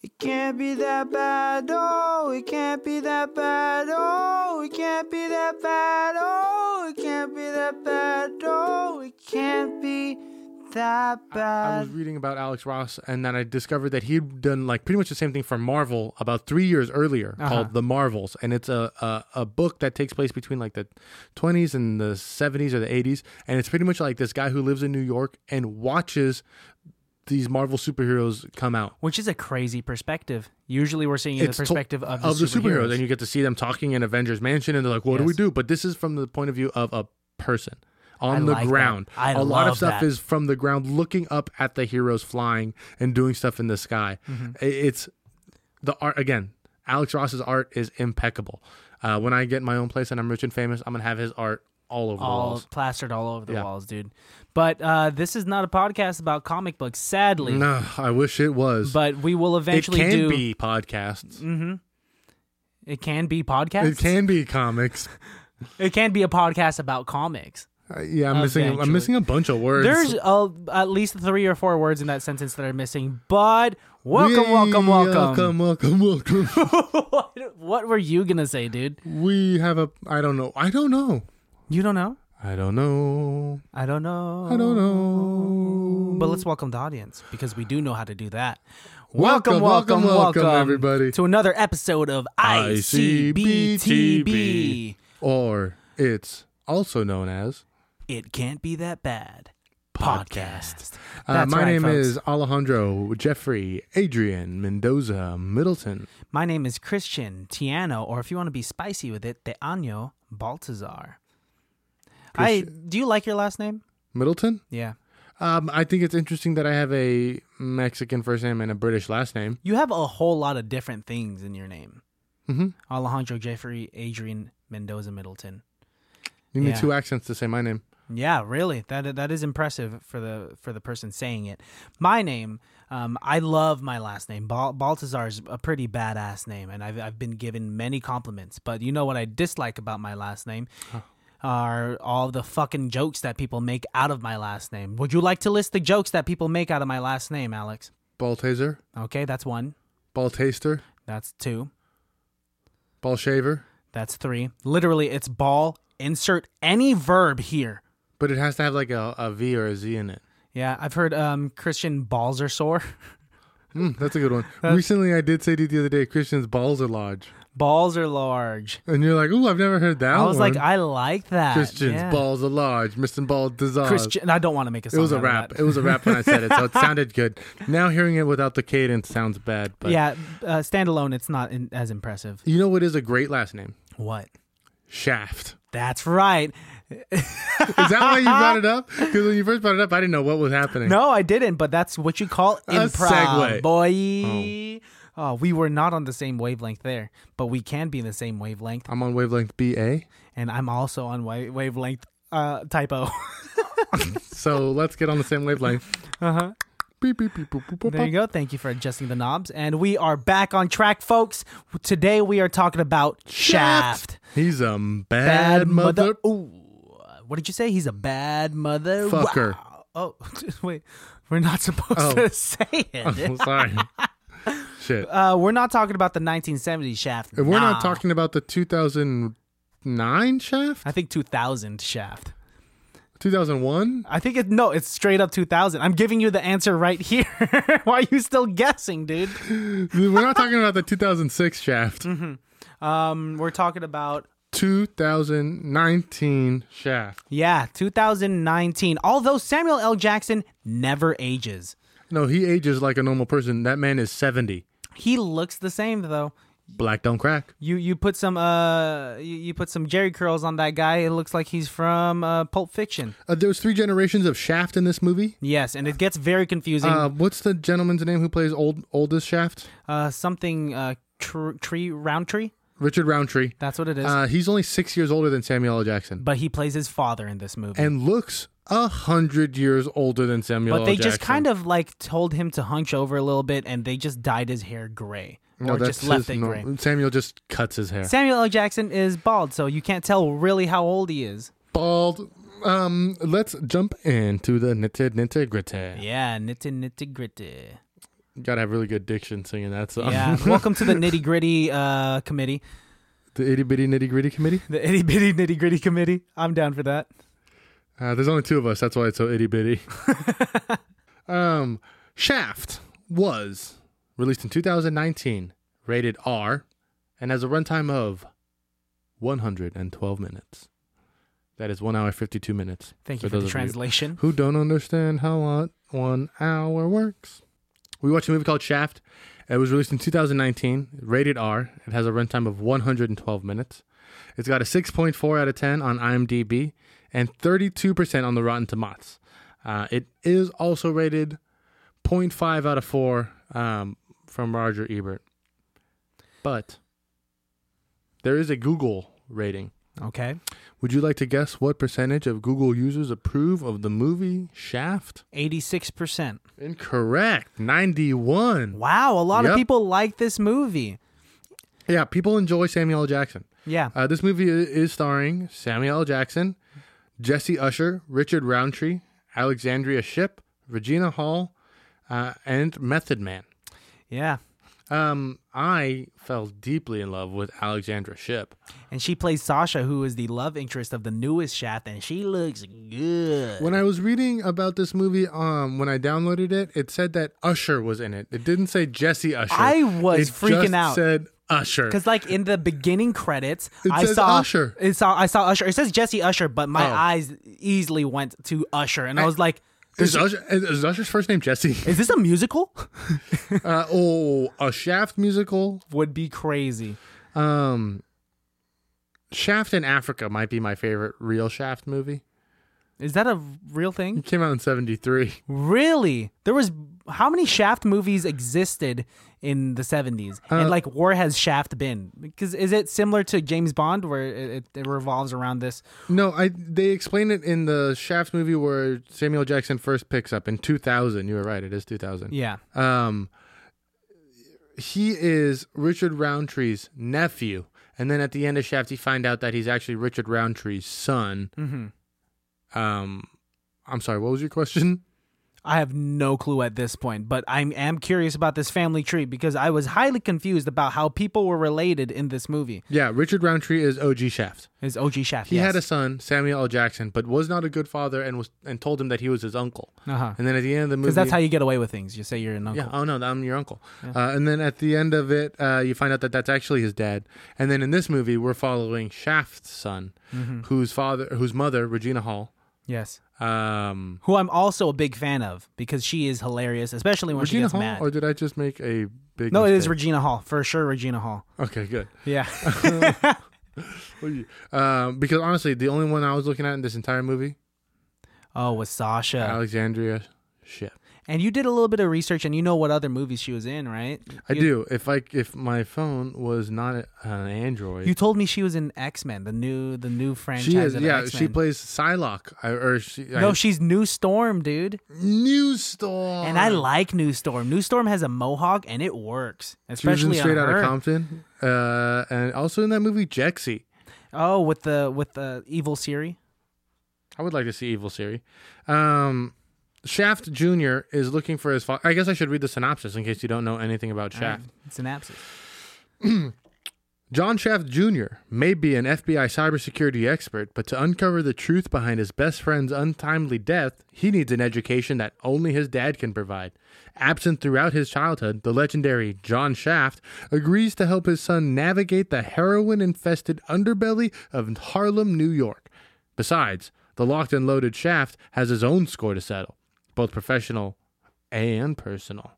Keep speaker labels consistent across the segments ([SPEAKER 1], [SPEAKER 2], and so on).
[SPEAKER 1] It can't be that bad, oh, it can't be that bad, oh, it can't be that bad, oh, it can't be that bad, oh, it can't be that
[SPEAKER 2] I
[SPEAKER 1] bad.
[SPEAKER 2] was reading about Alex Ross, and then I discovered that he'd done like pretty much the same thing for Marvel about three years earlier, called The Marvels, and it's a, a a book that takes place between like the 20s and the 70s or the 80s, and it's pretty much like this guy who lives in New York and watches these Marvel superheroes come out.
[SPEAKER 3] Which is a crazy perspective. Usually we're seeing it the
[SPEAKER 2] to-
[SPEAKER 3] perspective of the, superheroes.
[SPEAKER 2] and you get to see them talking in Avengers Mansion, and they're like, "What do we
[SPEAKER 3] Yes.
[SPEAKER 2] do?" But this is from the point of view of a person on
[SPEAKER 3] I
[SPEAKER 2] the
[SPEAKER 3] like that.
[SPEAKER 2] ground.
[SPEAKER 3] I
[SPEAKER 2] A lot of
[SPEAKER 3] love
[SPEAKER 2] stuff
[SPEAKER 3] that.
[SPEAKER 2] is from the ground, looking up at the heroes flying and doing stuff in the sky.
[SPEAKER 3] Mm-hmm.
[SPEAKER 2] I- It's the art again. Alex Ross's art is impeccable. Uh, when I get my own place and I'm rich and famous, I'm gonna have his art all over the
[SPEAKER 3] all
[SPEAKER 2] walls.
[SPEAKER 3] plastered all over the
[SPEAKER 2] Yeah.
[SPEAKER 3] walls, dude. But uh, this is not a podcast about comic books, sadly.
[SPEAKER 2] No, I wish it was.
[SPEAKER 3] But we will
[SPEAKER 2] it
[SPEAKER 3] eventually
[SPEAKER 2] can
[SPEAKER 3] do.
[SPEAKER 2] be podcasts.
[SPEAKER 3] It can be podcasts.
[SPEAKER 2] It can be comics.
[SPEAKER 3] It can be a podcast about comics.
[SPEAKER 2] Uh, yeah, I'm missing. I'm
[SPEAKER 3] Eventually.
[SPEAKER 2] missing a bunch of words.
[SPEAKER 3] There's uh, at least three or four words in that sentence that are missing. But welcome, welcome, welcome.
[SPEAKER 2] welcome, uh, welcome, welcome, welcome.
[SPEAKER 3] What- what were you gonna say, dude?
[SPEAKER 2] we have a. I don't know. I don't know.
[SPEAKER 3] You don't know?
[SPEAKER 2] I don't know.
[SPEAKER 3] I don't know.
[SPEAKER 2] I don't know.
[SPEAKER 3] But let's welcome the audience because we do know how to do that.
[SPEAKER 2] Welcome,
[SPEAKER 3] Welcome, welcome,
[SPEAKER 2] welcome,
[SPEAKER 3] welcome,
[SPEAKER 2] welcome, everybody.
[SPEAKER 3] to another episode of
[SPEAKER 2] ICBTB.
[SPEAKER 3] ICBTB.
[SPEAKER 2] Or it's also known as.
[SPEAKER 3] It can't be that bad. Podcast.
[SPEAKER 2] Uh,
[SPEAKER 3] That's
[SPEAKER 2] my
[SPEAKER 3] right,
[SPEAKER 2] name
[SPEAKER 3] folks.
[SPEAKER 2] is Alejandro Jeffrey Adrian Mendoza Middleton.
[SPEAKER 3] My name is Christian Tiano, or if you want to be spicy with it, Teano Baltazar. I do you like your last name?
[SPEAKER 2] Middleton.
[SPEAKER 3] Yeah.
[SPEAKER 2] Um, I think it's interesting that I have a Mexican first name and a British last name.
[SPEAKER 3] You have a whole lot of different things in your name.
[SPEAKER 2] Mhm.
[SPEAKER 3] Alejandro Jeffrey Adrian Mendoza Middleton.
[SPEAKER 2] You need
[SPEAKER 3] Yeah.
[SPEAKER 2] two accents to say my name.
[SPEAKER 3] Yeah, really. That that is impressive for the for the person saying it. My name, um, I love my last name. Bal- Baltazar is a pretty badass name, and I've I've been given many compliments. But you know what I dislike about my last name are all the fucking jokes that people make out of my last name. Would you like to list the jokes that people make out of my last name, Alex?
[SPEAKER 2] Ball taser,
[SPEAKER 3] Okay, that's one.
[SPEAKER 2] ball taster,
[SPEAKER 3] That's two.
[SPEAKER 2] ball shaver.
[SPEAKER 3] That's three. Literally, it's ball. Insert any verb here.
[SPEAKER 2] But it has to have like a, a V or a Z in it.
[SPEAKER 3] Yeah, I've heard um, Christian balls are sore.
[SPEAKER 2] Mm, that's a good one. Recently, I did say to you the other day, Christian's balls are large,
[SPEAKER 3] balls are large.
[SPEAKER 2] and you're like, "Ooh, I've never heard that."
[SPEAKER 3] I was
[SPEAKER 2] one.
[SPEAKER 3] like, I like that.
[SPEAKER 2] Christian's
[SPEAKER 3] yeah.
[SPEAKER 2] balls are large, missing ball dissolved.
[SPEAKER 3] Christian. I don't want to make a
[SPEAKER 2] It
[SPEAKER 3] song.
[SPEAKER 2] was a
[SPEAKER 3] out of
[SPEAKER 2] rap.
[SPEAKER 3] that.
[SPEAKER 2] It was a rap when I said it, so it sounded good. Now hearing it without the cadence sounds bad, but
[SPEAKER 3] yeah, uh, standalone. It's not in, as impressive.
[SPEAKER 2] you know what is a great last name?
[SPEAKER 3] What?
[SPEAKER 2] Shaft.
[SPEAKER 3] That's right.
[SPEAKER 2] Is that why you brought it up? Because when you first brought it up, I didn't know what was happening.
[SPEAKER 3] No, I didn't. But that's what you call
[SPEAKER 2] segue.
[SPEAKER 3] improv, boy. Oh. we were not on the same wavelength there, but we can be in the same wavelength.
[SPEAKER 2] I'm on wavelength BA.
[SPEAKER 3] And I'm also on wa- wavelength uh, typo.
[SPEAKER 2] So let's get on the same wavelength.
[SPEAKER 3] uh huh.
[SPEAKER 2] Beep, beep, beep, boop, boop, boop,
[SPEAKER 3] There you
[SPEAKER 2] boop.
[SPEAKER 3] go. Thank you for adjusting the knobs. And we are back on track, folks. Today we are talking about Shaft.
[SPEAKER 2] He's a bad, mother.
[SPEAKER 3] Ooh, what did you say? He's a bad mother.
[SPEAKER 2] Fucker.
[SPEAKER 3] Wow. Oh, wait. We're not supposed
[SPEAKER 2] Oh.
[SPEAKER 3] to say it.
[SPEAKER 2] I'm sorry. Shit.
[SPEAKER 3] Uh, we're not talking about the 1970s Shaft.
[SPEAKER 2] And we're
[SPEAKER 3] Nah.
[SPEAKER 2] not talking about the 2009 Shaft,
[SPEAKER 3] I think 2000 Shaft.
[SPEAKER 2] 2001.
[SPEAKER 3] I think it. No, it's straight up 2000. I'm giving you the answer right here. Why are you still guessing, dude?
[SPEAKER 2] we're not talking about the 2006 Shaft.
[SPEAKER 3] Mm-hmm. Um, we're talking about
[SPEAKER 2] 2019 Shaft.
[SPEAKER 3] yeah, 2019. Although Samuel L. Jackson never ages.
[SPEAKER 2] No, he ages like a normal person. That man is 70.
[SPEAKER 3] He looks the same though.
[SPEAKER 2] Black don't crack.
[SPEAKER 3] You you put some uh you, you put some Jerry curls on that guy. It looks like he's from uh, Pulp Fiction.
[SPEAKER 2] Uh, there was three generations of Shaft in this movie.
[SPEAKER 3] Yes, and it gets very confusing. Uh,
[SPEAKER 2] Uh, what's the gentleman's name who plays old oldest Shaft?
[SPEAKER 3] something uh tr- tree round tree.
[SPEAKER 2] Richard Roundtree.
[SPEAKER 3] That's what it is.
[SPEAKER 2] Uh, he's only six years older than Samuel L. Jackson
[SPEAKER 3] but he plays his father in this movie.
[SPEAKER 2] and looks a hundred years older than Samuel.
[SPEAKER 3] but they just kind of like told him to hunch over a little bit, and they just dyed his hair gray or just left it gray.
[SPEAKER 2] Samuel just cuts his hair.
[SPEAKER 3] Samuel L. Jackson is bald, so you can't tell really how old he is.
[SPEAKER 2] bald. Um, let's jump into the nitty nitty gritty.
[SPEAKER 3] Yeah, nitty nitty gritty.
[SPEAKER 2] gotta have really good diction singing that song.
[SPEAKER 3] Yeah. Welcome to the nitty gritty uh, committee.
[SPEAKER 2] the itty bitty nitty gritty committee.
[SPEAKER 3] The itty bitty nitty gritty committee. I'm down for that.
[SPEAKER 2] Uh, there's only two of us. That's why it's so itty bitty. um, Shaft was released in 2019, rated R, and has a runtime of 112 minutes. That is one hour 52 minutes.
[SPEAKER 3] Thank you for,
[SPEAKER 2] those
[SPEAKER 3] the
[SPEAKER 2] of
[SPEAKER 3] translation.
[SPEAKER 2] who don't understand how one- one hour works. We watched a movie called Shaft. It was released in 2019, rated R. It has a runtime of 112 minutes. It's got a 6.4 out of 10 on IMDb and 32% on the Rotten Tomatoes. Uh, it is also rated 0.5 out of 4 um, from Roger Ebert. But there is a Google rating.
[SPEAKER 3] Okay.
[SPEAKER 2] Would you like to guess what percentage of Google users approve of the movie Shaft?
[SPEAKER 3] 86%.
[SPEAKER 2] Incorrect. 91.
[SPEAKER 3] Wow. A lot
[SPEAKER 2] Yep.
[SPEAKER 3] of people like this movie.
[SPEAKER 2] Yeah, people enjoy Samuel L. Jackson.
[SPEAKER 3] Yeah.
[SPEAKER 2] Uh, this movie i- is starring Samuel L. Jackson, Jesse Usher, Richard Roundtree, Alexandria Ship, Regina Hall, uh, and Method Man.
[SPEAKER 3] yeah.
[SPEAKER 2] Um, I fell deeply in love with Alexandra Ship.
[SPEAKER 3] And she plays Sasha, who is the love interest of the newest Shaft, and she looks good.
[SPEAKER 2] When I was reading about this movie, um, when I downloaded it, it said that Usher was in it. It didn't say Jesse Usher.
[SPEAKER 3] I was
[SPEAKER 2] it
[SPEAKER 3] freaking
[SPEAKER 2] just
[SPEAKER 3] out.
[SPEAKER 2] Said Usher.
[SPEAKER 3] Because like in the beginning credits,
[SPEAKER 2] It
[SPEAKER 3] I
[SPEAKER 2] says
[SPEAKER 3] saw
[SPEAKER 2] Usher.
[SPEAKER 3] It saw I saw Usher. It says Jesse Usher, but my
[SPEAKER 2] Oh.
[SPEAKER 3] eyes easily went to Usher, and I, was like,
[SPEAKER 2] Is, Usher, is- is Usher's first name Jesse?
[SPEAKER 3] "Is this a musical?"
[SPEAKER 2] Uh, oh, a Shaft musical.
[SPEAKER 3] Would be crazy.
[SPEAKER 2] Um, Shaft in Africa might be my favorite real Shaft movie.
[SPEAKER 3] Is that a real thing?
[SPEAKER 2] It came out in '73.
[SPEAKER 3] Really? There was how many Shaft movies existed in the seventies,
[SPEAKER 2] Uh,
[SPEAKER 3] and like where has Shaft been? Because is it similar to James Bond, where it, it, it revolves around this?
[SPEAKER 2] No, I they explain it in the Shaft movie where Samuel Jackson first picks up in 2000. You were right; it is 2000.
[SPEAKER 3] Yeah.
[SPEAKER 2] Um, he is Richard Roundtree's nephew, and then at the end of Shaft, you find out that he's actually Richard Roundtree's son.
[SPEAKER 3] Mm-hmm.
[SPEAKER 2] Um, I'm sorry, what was your question?
[SPEAKER 3] I have no clue at this point, but I am curious about this family tree because I was highly confused about how people were related in this movie.
[SPEAKER 2] Yeah, Richard Roundtree is OG Shaft.
[SPEAKER 3] Is OG Shaft?
[SPEAKER 2] He had a son, Samuel L. Jackson, but was not a good father and was and told him that he was his uncle.
[SPEAKER 3] a uh-huh.
[SPEAKER 2] And then at the end of the movie,
[SPEAKER 3] because that's how you get away with things. You say you're an uncle.
[SPEAKER 2] yeah, oh no, I'm your uncle. Uh, and then at the end of it, uh, you find out that that's actually his dad. And then in this movie, we're following Shaft's son,
[SPEAKER 3] Mm-hmm.
[SPEAKER 2] whose father, whose mother, Regina Hall.
[SPEAKER 3] Yes,
[SPEAKER 2] Um,
[SPEAKER 3] who I'm also a big fan of because she is hilarious, especially when she
[SPEAKER 2] Regina
[SPEAKER 3] gets
[SPEAKER 2] Hall,
[SPEAKER 3] mad.
[SPEAKER 2] or did I just make a big?
[SPEAKER 3] no, it is
[SPEAKER 2] mistake?
[SPEAKER 3] Regina Hall for sure. Regina Hall.
[SPEAKER 2] okay, good.
[SPEAKER 3] Yeah,
[SPEAKER 2] Um, because honestly, the only one I was looking at in this entire movie,
[SPEAKER 3] oh, with Sasha.
[SPEAKER 2] Alexandria Ship.
[SPEAKER 3] and you did a little bit of research, and you know what other movies she was in, right?
[SPEAKER 2] I
[SPEAKER 3] You-
[SPEAKER 2] do. If I if my phone was not an Android,
[SPEAKER 3] You told me she was in X Men, the new the new franchise.
[SPEAKER 2] she is.
[SPEAKER 3] of
[SPEAKER 2] Yeah,
[SPEAKER 3] X-Men.
[SPEAKER 2] she plays Psylocke. I, or she.
[SPEAKER 3] No,
[SPEAKER 2] I,
[SPEAKER 3] she's New Storm, dude.
[SPEAKER 2] News Storm.
[SPEAKER 3] And I like New Storm. New Storm has a mohawk and it works,
[SPEAKER 2] She was in
[SPEAKER 3] especially
[SPEAKER 2] Straight
[SPEAKER 3] on
[SPEAKER 2] Outta
[SPEAKER 3] her.
[SPEAKER 2] Compton, uh, and also in that movie Jexy.
[SPEAKER 3] oh, with the with the evil Siri.
[SPEAKER 2] I would like to see Evil Siri. Um, Shaft Junior is looking for his. Fa- I guess I should read the synopsis in case you don't know anything about Shaft.
[SPEAKER 3] Synapses.
[SPEAKER 2] John Shaft Jr. may be an FBI cybersecurity expert, but to uncover the truth behind his best friend's untimely death, he needs an education that only his dad can provide. Absent throughout his childhood, the legendary John Shaft agrees to help his son navigate the heroin infested underbelly of Harlem, New York. Besides, the locked and loaded Shaft has his own score to settle, both professional and personal.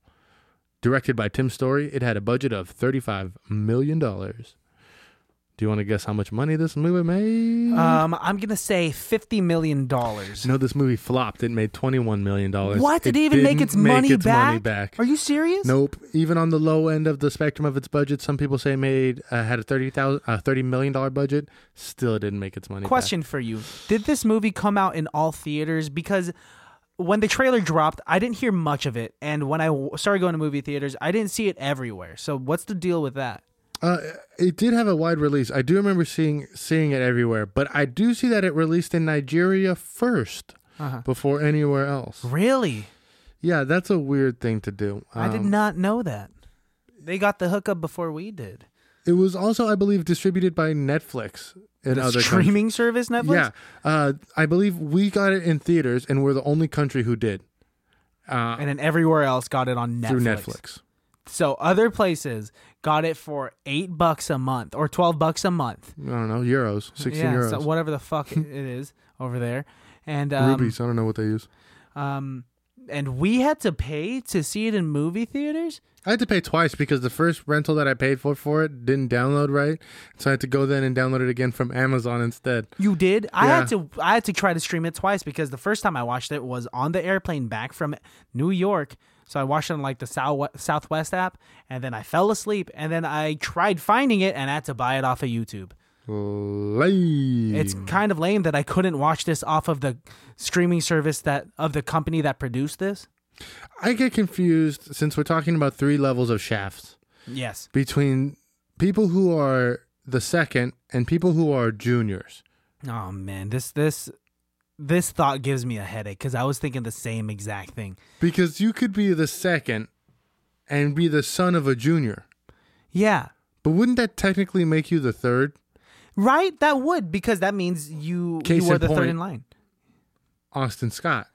[SPEAKER 2] Directed by Tim Story, it had a budget of $35 million. Do you want to guess how much money this movie made?
[SPEAKER 3] Um, I'm gonna say fifty million dollars.
[SPEAKER 2] no, this movie flopped. It made twenty-one million dollars.
[SPEAKER 3] What did it even make its, money, back? Are you serious?
[SPEAKER 2] Nope. Even on the low end of the spectrum of its budget, some people say it made uh, had a thirty thousand uh, thirty million dollar budget. Still, it didn't make its money.
[SPEAKER 3] Question for you: Did this movie come out in all theaters? Because when the trailer dropped, I didn't hear much of it, and when I w- started going to movie theaters, I didn't see it everywhere. So what's the deal with that?
[SPEAKER 2] Back. Uh, it did have a wide release. I do remember seeing seeing it everywhere, but I do see that it released in Nigeria 1st
[SPEAKER 3] Uh-huh.
[SPEAKER 2] before anywhere else.
[SPEAKER 3] Really?
[SPEAKER 2] Yeah, that's a weird thing to do.
[SPEAKER 3] I did
[SPEAKER 2] Um,
[SPEAKER 3] not know that. They got the hookup before we did.
[SPEAKER 2] It was also, I believe, distributed by Netflix in
[SPEAKER 3] The
[SPEAKER 2] other countries.
[SPEAKER 3] streaming service Netflix.
[SPEAKER 2] Yeah, uh, I believe we got it in theaters, and we're the only country who did uh,
[SPEAKER 3] and then everywhere else got it on Netflix.
[SPEAKER 2] through Netflix.
[SPEAKER 3] So other places got it for eight bucks a month or twelve bucks a month.
[SPEAKER 2] I don't know euros, sixteen
[SPEAKER 3] yeah,
[SPEAKER 2] euros,
[SPEAKER 3] so whatever the fuck it it is over there, and um,
[SPEAKER 2] rupees. I don't know what they use.
[SPEAKER 3] um, and we had to pay to see it in movie theaters.
[SPEAKER 2] I had to pay twice because the first rental that I paid for for it didn't download right, so I had to go then and download it again from Amazon instead.
[SPEAKER 3] You did. I had
[SPEAKER 2] Yeah.
[SPEAKER 3] to. I had to try to stream it twice because the first time I watched it was on the airplane back from New York. So I watched it on like the Sou- Southwest app, and then I fell asleep. And then I tried finding it, and I had to buy it off of YouTube.
[SPEAKER 2] Lame.
[SPEAKER 3] It's kind of lame that I couldn't watch this off of the streaming service that of the company that produced this.
[SPEAKER 2] I get confused since we're talking about three levels of shafts
[SPEAKER 3] Yes.
[SPEAKER 2] between people who are the second and people who are juniors.
[SPEAKER 3] Oh man, this this this thought gives me a headache because I was thinking the same exact thing.
[SPEAKER 2] Because you could be the second and be the son of a junior.
[SPEAKER 3] Yeah.
[SPEAKER 2] But wouldn't that technically make you the third?
[SPEAKER 3] Right? That would, because that means you
[SPEAKER 2] Case
[SPEAKER 3] you were
[SPEAKER 2] in
[SPEAKER 3] the third
[SPEAKER 2] point.
[SPEAKER 3] in line.
[SPEAKER 2] Austin Scott.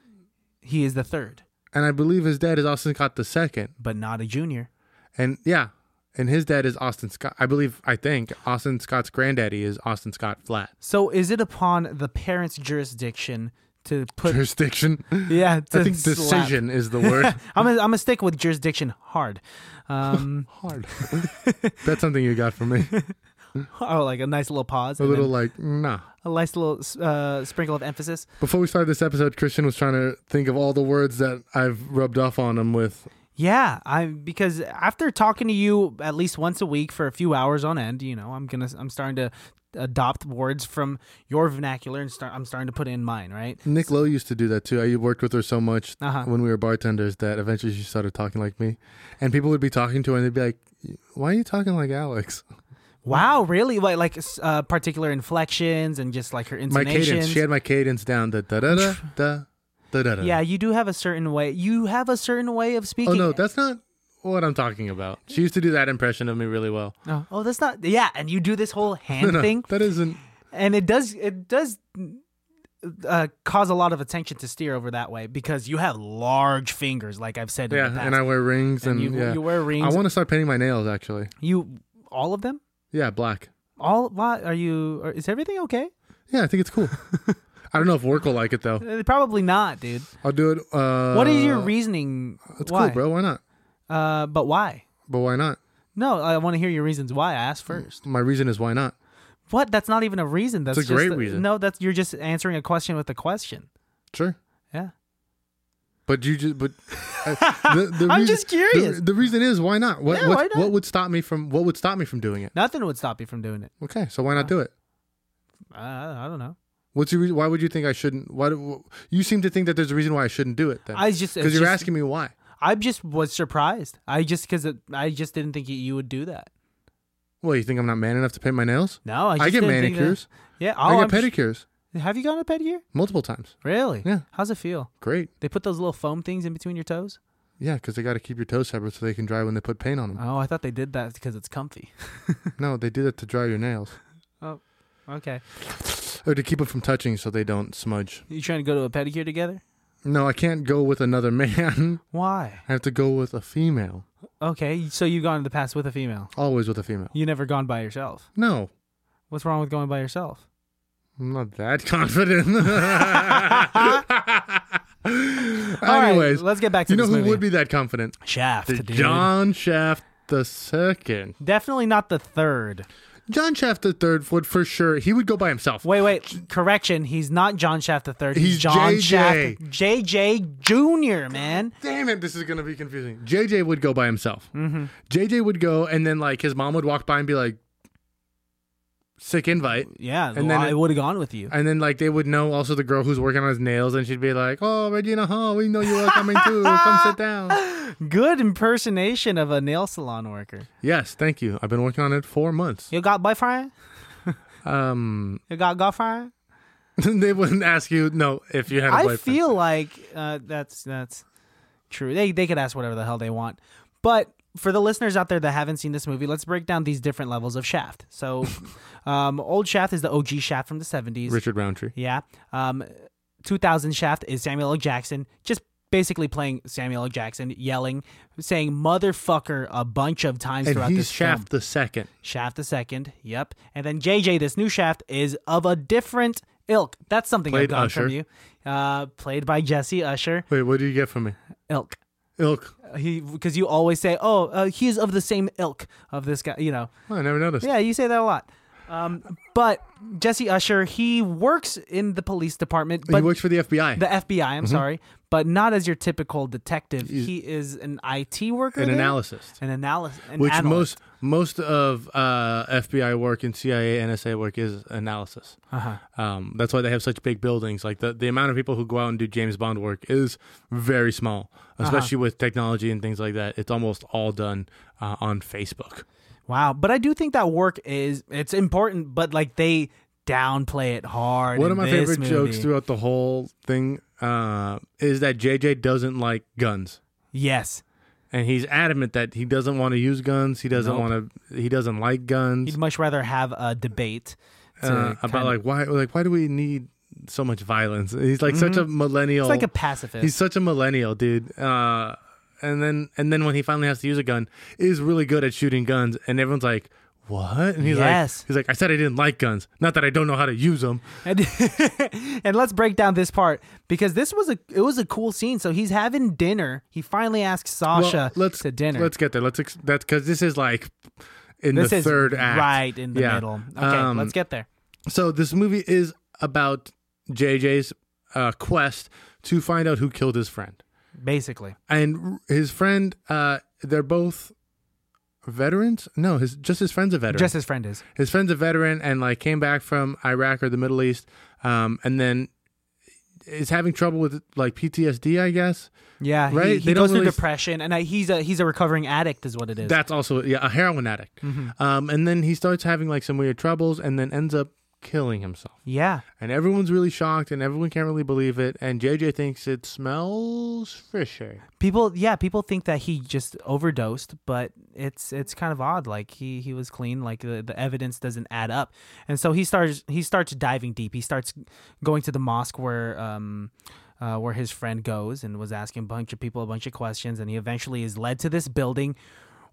[SPEAKER 3] He is the third,
[SPEAKER 2] And I believe his dad is Austin Scott the second.
[SPEAKER 3] but not a junior.
[SPEAKER 2] And yeah, and his dad is Austin Scott. I believe, I think, Austin Scott's granddaddy is Austin Scott Flat.
[SPEAKER 3] So is it upon the parents' jurisdiction to put
[SPEAKER 2] Jurisdiction.
[SPEAKER 3] Yeah, to
[SPEAKER 2] I think
[SPEAKER 3] slap-
[SPEAKER 2] decision is the word.
[SPEAKER 3] I'm gonna, I'm gonna stick with jurisdiction hard. Um,
[SPEAKER 2] Hard. That's something you got from me.
[SPEAKER 3] oh, like a nice little pause,
[SPEAKER 2] A little like, nah.
[SPEAKER 3] a nice little uh, sprinkle of emphasis.
[SPEAKER 2] Before we started this episode, Christian was trying to think of all the words that I've rubbed off on him with.
[SPEAKER 3] Yeah, I because after talking to you at least once a week for a few hours on end, you know, I'm gonna I'm starting to adopt words from your vernacular and start I'm starting to put in mine, right?
[SPEAKER 2] Nick Lowe used to do that too. I worked with her so much
[SPEAKER 3] Uh-huh.
[SPEAKER 2] when we were bartenders that eventually she started talking like me. And people would be talking to her and they'd be like, Why are you talking like Alex?
[SPEAKER 3] Wow, really? Like like uh, particular inflections and just like her
[SPEAKER 2] My
[SPEAKER 3] intonations.
[SPEAKER 2] cadence. She had my cadence down. Da da da da da da da. da.
[SPEAKER 3] yeah, you do have a certain way. You have a certain way of
[SPEAKER 2] Oh
[SPEAKER 3] speaking.
[SPEAKER 2] no, that's not what I'm talking about. She used to do that impression of me really well.
[SPEAKER 3] No. Oh, that's not. Yeah, and you do this whole hand
[SPEAKER 2] No,
[SPEAKER 3] thing,
[SPEAKER 2] that isn't.
[SPEAKER 3] and it does it does uh, cause a lot of attention to steer over that way because you have large fingers, like I've said. in the
[SPEAKER 2] Yeah,
[SPEAKER 3] past.
[SPEAKER 2] and I wear rings
[SPEAKER 3] And
[SPEAKER 2] and,
[SPEAKER 3] you-
[SPEAKER 2] yeah.
[SPEAKER 3] you wear rings.
[SPEAKER 2] I want to start painting my nails actually.
[SPEAKER 3] You all of them?
[SPEAKER 2] Yeah, black.
[SPEAKER 3] All why are you? Are, is everything okay?
[SPEAKER 2] Yeah, I think it's cool. I don't know if work will like it though.
[SPEAKER 3] Uh, Probably not, dude.
[SPEAKER 2] I'll do it. Uh,
[SPEAKER 3] what is your reasoning?
[SPEAKER 2] It's
[SPEAKER 3] why?
[SPEAKER 2] cool, bro. Why not?
[SPEAKER 3] Uh, but why?
[SPEAKER 2] But why not?
[SPEAKER 3] No, I want to hear your reasons why. I
[SPEAKER 2] Hmm.
[SPEAKER 3] asked first.
[SPEAKER 2] My reason is why not.
[SPEAKER 3] What? That's not even a reason. That's
[SPEAKER 2] It's a
[SPEAKER 3] just
[SPEAKER 2] great reason.
[SPEAKER 3] No, that's you're just answering a question with a question.
[SPEAKER 2] Sure.
[SPEAKER 3] Yeah.
[SPEAKER 2] But you just but I- the, the
[SPEAKER 3] I'm
[SPEAKER 2] reason-
[SPEAKER 3] just curious.
[SPEAKER 2] The, the reason is why not? What,
[SPEAKER 3] Yeah,
[SPEAKER 2] what,
[SPEAKER 3] why not?
[SPEAKER 2] what would stop me from what would stop me from doing it?
[SPEAKER 3] Nothing would stop you from doing it.
[SPEAKER 2] Okay, so why not do it?
[SPEAKER 3] I, I I don't know.
[SPEAKER 2] What's your reason? Why would you think I shouldn't? Why do, you seem to think that there's a reason why I shouldn't do it then?
[SPEAKER 3] I just
[SPEAKER 2] because
[SPEAKER 3] it's
[SPEAKER 2] you're
[SPEAKER 3] just-
[SPEAKER 2] asking me why.
[SPEAKER 3] I just was surprised. I just because I just didn't think you- you would do that.
[SPEAKER 2] Well, you think I'm not man enough to paint my nails?
[SPEAKER 3] No, I,
[SPEAKER 2] I
[SPEAKER 3] just
[SPEAKER 2] get
[SPEAKER 3] didn't think that-
[SPEAKER 2] manicures.
[SPEAKER 3] Yeah,
[SPEAKER 2] I
[SPEAKER 3] oh,
[SPEAKER 2] get
[SPEAKER 3] I'm sh-
[SPEAKER 2] pedicures
[SPEAKER 3] Have you gotten a pedicure?
[SPEAKER 2] multiple times.
[SPEAKER 3] Really?
[SPEAKER 2] Yeah.
[SPEAKER 3] How's it feel?
[SPEAKER 2] Great.
[SPEAKER 3] They put those little foam things in between your toes.
[SPEAKER 2] Yeah, because they got to keep your toes separate so they can dry when they put paint on them.
[SPEAKER 3] Oh, I thought they did that because it's comfy.
[SPEAKER 2] no, they do that to dry your nails
[SPEAKER 3] Okay.
[SPEAKER 2] or to keep it from touching so they don't smudge.
[SPEAKER 3] You trying to go to a pedicure together?
[SPEAKER 2] No, I can't go with another man.
[SPEAKER 3] Why?
[SPEAKER 2] I have to go with a female.
[SPEAKER 3] Okay, so you've gone in the past with a female.
[SPEAKER 2] Always with a female.
[SPEAKER 3] You never gone by yourself.
[SPEAKER 2] No,
[SPEAKER 3] What's wrong with going by yourself?
[SPEAKER 2] I'm not that confident.
[SPEAKER 3] All right,
[SPEAKER 2] Anyways,
[SPEAKER 3] let's get back to
[SPEAKER 2] you know
[SPEAKER 3] this
[SPEAKER 2] who
[SPEAKER 3] movie.
[SPEAKER 2] would be that confident?
[SPEAKER 3] Shaft,
[SPEAKER 2] The
[SPEAKER 3] dude.
[SPEAKER 2] John Shaft the second.
[SPEAKER 3] Definitely not the third.
[SPEAKER 2] John Shaft the third would for sure. He would go by himself.
[SPEAKER 3] Wait, wait. Correction. He's not John Shaft the third. He's,
[SPEAKER 2] He's
[SPEAKER 3] John
[SPEAKER 2] JJ.
[SPEAKER 3] Shaft JJ Junior. Man.
[SPEAKER 2] Damn it, this is gonna be confusing. Mm-hmm. JJ would go by himself. JJ would go, and then like his mom would walk by and be like, "Sick invite,"
[SPEAKER 3] Yeah.
[SPEAKER 2] And
[SPEAKER 3] And
[SPEAKER 2] then
[SPEAKER 3] I
[SPEAKER 2] it-
[SPEAKER 3] would have gone with you.
[SPEAKER 2] and then like they would know also the girl who's working on his nails, and she'd be like, "Oh, Regina Hall, we know you are coming too. Come sit down."
[SPEAKER 3] Good impersonation of a nail salon worker.
[SPEAKER 2] Yes, thank you. I've been working on it for months.
[SPEAKER 3] You got boyfriend?
[SPEAKER 2] Um,
[SPEAKER 3] You got girlfriend?
[SPEAKER 2] they wouldn't ask you no if you had. a
[SPEAKER 3] I
[SPEAKER 2] boyfriend.
[SPEAKER 3] feel like uh, that's that's True. They they could ask whatever the hell they want. But for the listeners out there that haven't seen this movie, let's break down these different levels of Shaft. So, um, old Shaft is the OG Shaft from the 70s.
[SPEAKER 2] Richard Roundtree.
[SPEAKER 3] Yeah. Um, 2000 Shaft is Samuel L. Jackson, just basically playing Samuel L. Jackson, yelling, saying motherfucker a bunch of times
[SPEAKER 2] And
[SPEAKER 3] throughout
[SPEAKER 2] he's
[SPEAKER 3] this film.
[SPEAKER 2] Shaft the second.
[SPEAKER 3] Shaft the second. Yep. And then JJ, this new Shaft, is of a different ilk. That's something I've
[SPEAKER 2] Played
[SPEAKER 3] gotten
[SPEAKER 2] Usher.
[SPEAKER 3] from you. Uh, played by Jesse Usher.
[SPEAKER 2] Wait, what do you get from me?
[SPEAKER 3] Ilk.
[SPEAKER 2] Ilk.
[SPEAKER 3] He because you always say, oh, uh, he's of the same ilk of this guy. You know.
[SPEAKER 2] Oh, I never noticed.
[SPEAKER 3] Yeah, you say that a lot. Um, but Jesse Usher, he works in the police department,
[SPEAKER 2] he
[SPEAKER 3] but
[SPEAKER 2] works Mm-hmm. for the FBI
[SPEAKER 3] the FBI. I'm sorry, but not as your typical detective. he is an IT worker,
[SPEAKER 2] an
[SPEAKER 3] there?
[SPEAKER 2] analyst.
[SPEAKER 3] an analyst, an
[SPEAKER 2] Which
[SPEAKER 3] analyst.
[SPEAKER 2] most most of uh, FBI work and CIA, NSA work is analysis. Uh-huh. Um, that's why they have such big buildings. Like the, the amount of people who go out and do James Bond work is very small,
[SPEAKER 3] Uh-huh.
[SPEAKER 2] especially with technology and things like that. It's almost all done uh, on Facebook.
[SPEAKER 3] Wow, but I do think that work is it's important, but like they downplay it hard.
[SPEAKER 2] One
[SPEAKER 3] in
[SPEAKER 2] of my
[SPEAKER 3] this
[SPEAKER 2] favorite
[SPEAKER 3] movie.
[SPEAKER 2] jokes throughout the whole thing uh, is that JJ doesn't like guns.
[SPEAKER 3] Yes,
[SPEAKER 2] And he's adamant that he doesn't want to use guns. He doesn't
[SPEAKER 3] Nope.
[SPEAKER 2] want to. He doesn't like guns.
[SPEAKER 3] he'd much rather have a debate to
[SPEAKER 2] uh,
[SPEAKER 3] kind
[SPEAKER 2] about
[SPEAKER 3] of-
[SPEAKER 2] like why like why do we need so much violence? He's like such a millennial.
[SPEAKER 3] it's Mm-hmm. like a pacifist.
[SPEAKER 2] he's such a millennial, dude. Uh, and then and then when he finally has to use a gun, is really good at shooting guns, and everyone's like. What? And he's
[SPEAKER 3] Yes.
[SPEAKER 2] like, he's like, I said I didn't like guns. Not that I don't know how to use them.
[SPEAKER 3] and, and let's break down this part because this was a it was a cool scene. So he's having dinner. He finally asks Sasha
[SPEAKER 2] let's
[SPEAKER 3] to dinner.
[SPEAKER 2] Let's get there. Let's ex- that's because this is like in
[SPEAKER 3] this
[SPEAKER 2] the
[SPEAKER 3] is
[SPEAKER 2] third act,
[SPEAKER 3] right in the
[SPEAKER 2] Yeah.
[SPEAKER 3] middle. Okay,
[SPEAKER 2] Um,
[SPEAKER 3] let's get there.
[SPEAKER 2] So this movie is about JJ's uh, quest to find out who killed his friend.
[SPEAKER 3] Basically,
[SPEAKER 2] and r- his friend uh they're both veterans no his just his friend's a veteran
[SPEAKER 3] just his friend is.
[SPEAKER 2] his friend's a veteran and like came back from iraq or the middle east um and then is having trouble with like ptsd i guess
[SPEAKER 3] Yeah, he-
[SPEAKER 2] Right?
[SPEAKER 3] He,
[SPEAKER 2] They don't
[SPEAKER 3] goes through
[SPEAKER 2] really s-
[SPEAKER 3] depression, and I, he's a he's a recovering addict, is what it is.
[SPEAKER 2] that's also yeah a heroin addict um and then he starts having like some weird troubles and then ends up killing himself
[SPEAKER 3] yeah.
[SPEAKER 2] and everyone's really shocked and everyone can't really believe it and jj thinks it smells fishy
[SPEAKER 3] people yeah people think that he just overdosed but it's it's kind of odd like he he was clean like the, the evidence doesn't add up and so he starts he starts diving deep he starts going to the mosque where um uh, where his friend goes and was asking a bunch of people a bunch of questions and he eventually is led to this building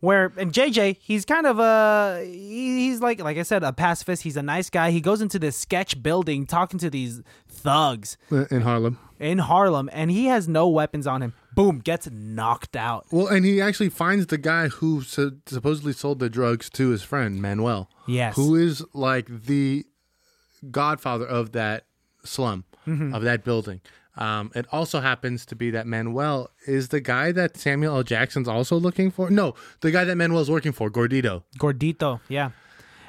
[SPEAKER 3] where and JJ he's kind of a he, he's like like I said a pacifist he's a nice guy he goes into this sketch building talking to these thugs
[SPEAKER 2] in harlem
[SPEAKER 3] in Harlem and he has no weapons on him. Boom, gets knocked out.
[SPEAKER 2] Well, and he actually finds the guy who su- supposedly sold the drugs to his friend Manuel.
[SPEAKER 3] Yes.
[SPEAKER 2] Who is like the godfather of that slum, of that building. Um, it also happens to be that Manuel is the guy that Samuel L. Jackson's also looking for. No, the guy that Manuel's working for, Gordito.
[SPEAKER 3] Gordito, yeah.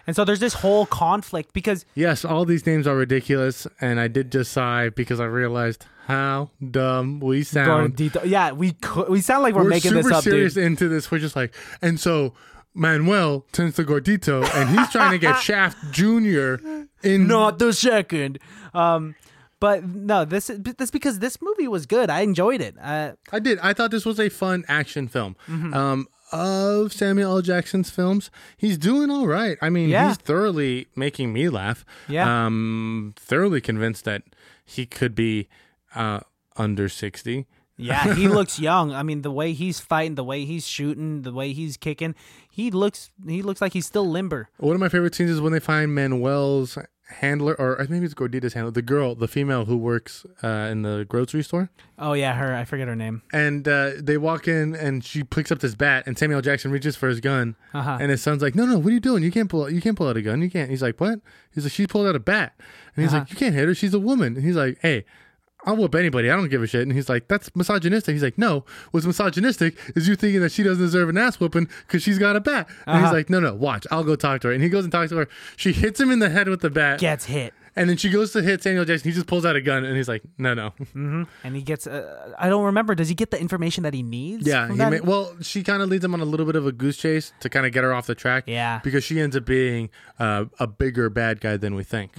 [SPEAKER 3] And so there's this whole conflict because
[SPEAKER 2] Yes, all these names are ridiculous, and I did just sigh because I realized how dumb we sound.
[SPEAKER 3] Gordito, yeah, we could, we sound like we're,
[SPEAKER 2] we're
[SPEAKER 3] making
[SPEAKER 2] super
[SPEAKER 3] this up,
[SPEAKER 2] serious
[SPEAKER 3] dude.
[SPEAKER 2] into this. We're just like, and so Manuel turns to Gordito, and he's trying to get Shaft Junior in.
[SPEAKER 3] Not the second. Um, but no, this is that's because this movie was good. I enjoyed it. Uh,
[SPEAKER 2] I did. I thought this was a fun action film.
[SPEAKER 3] Mm-hmm.
[SPEAKER 2] Um, of Samuel L. Jackson's films, he's doing all right. I mean,
[SPEAKER 3] Yeah.
[SPEAKER 2] he's thoroughly making me laugh.
[SPEAKER 3] Yeah.
[SPEAKER 2] Um, thoroughly convinced that he could be uh, under sixty.
[SPEAKER 3] yeah, he looks young. I mean, the way he's fighting, the way he's shooting, the way he's kicking, he looks he looks like he's still limber.
[SPEAKER 2] One of my favorite scenes is when they find Manuel's handler, or maybe it's Gordita's handler, the girl, the female who works uh, in the grocery store.
[SPEAKER 3] Oh yeah, her. I forget her name.
[SPEAKER 2] and uh, they walk in and she picks up this bat and Samuel Jackson reaches for his gun
[SPEAKER 3] Uh-huh.
[SPEAKER 2] and his son's like no no what are you doing you can't pull out, you can't pull out a gun you can't he's like what he's like she pulled out a bat and he's like you can't hit her she's a woman and he's like hey I'll whoop anybody I don't give a shit and he's like that's misogynistic he's like no what's misogynistic is you thinking that she doesn't deserve an ass whooping because she's got a bat and he's like no no watch I'll go talk to her and he goes and talks to her she hits him in the head with the bat
[SPEAKER 3] Gets hit.
[SPEAKER 2] and then she goes to hit Samuel Jackson he just pulls out a gun and he's like no no
[SPEAKER 3] and he gets uh, i don't remember does he get the information that he needs
[SPEAKER 2] Yeah,
[SPEAKER 3] from
[SPEAKER 2] he
[SPEAKER 3] that?
[SPEAKER 2] ma- well, she kind of leads him on a little bit of a goose chase to kind of get her off the track.
[SPEAKER 3] Yeah.
[SPEAKER 2] because she ends up being uh, a
[SPEAKER 3] Mm-hmm.
[SPEAKER 2] bigger bad guy than we think.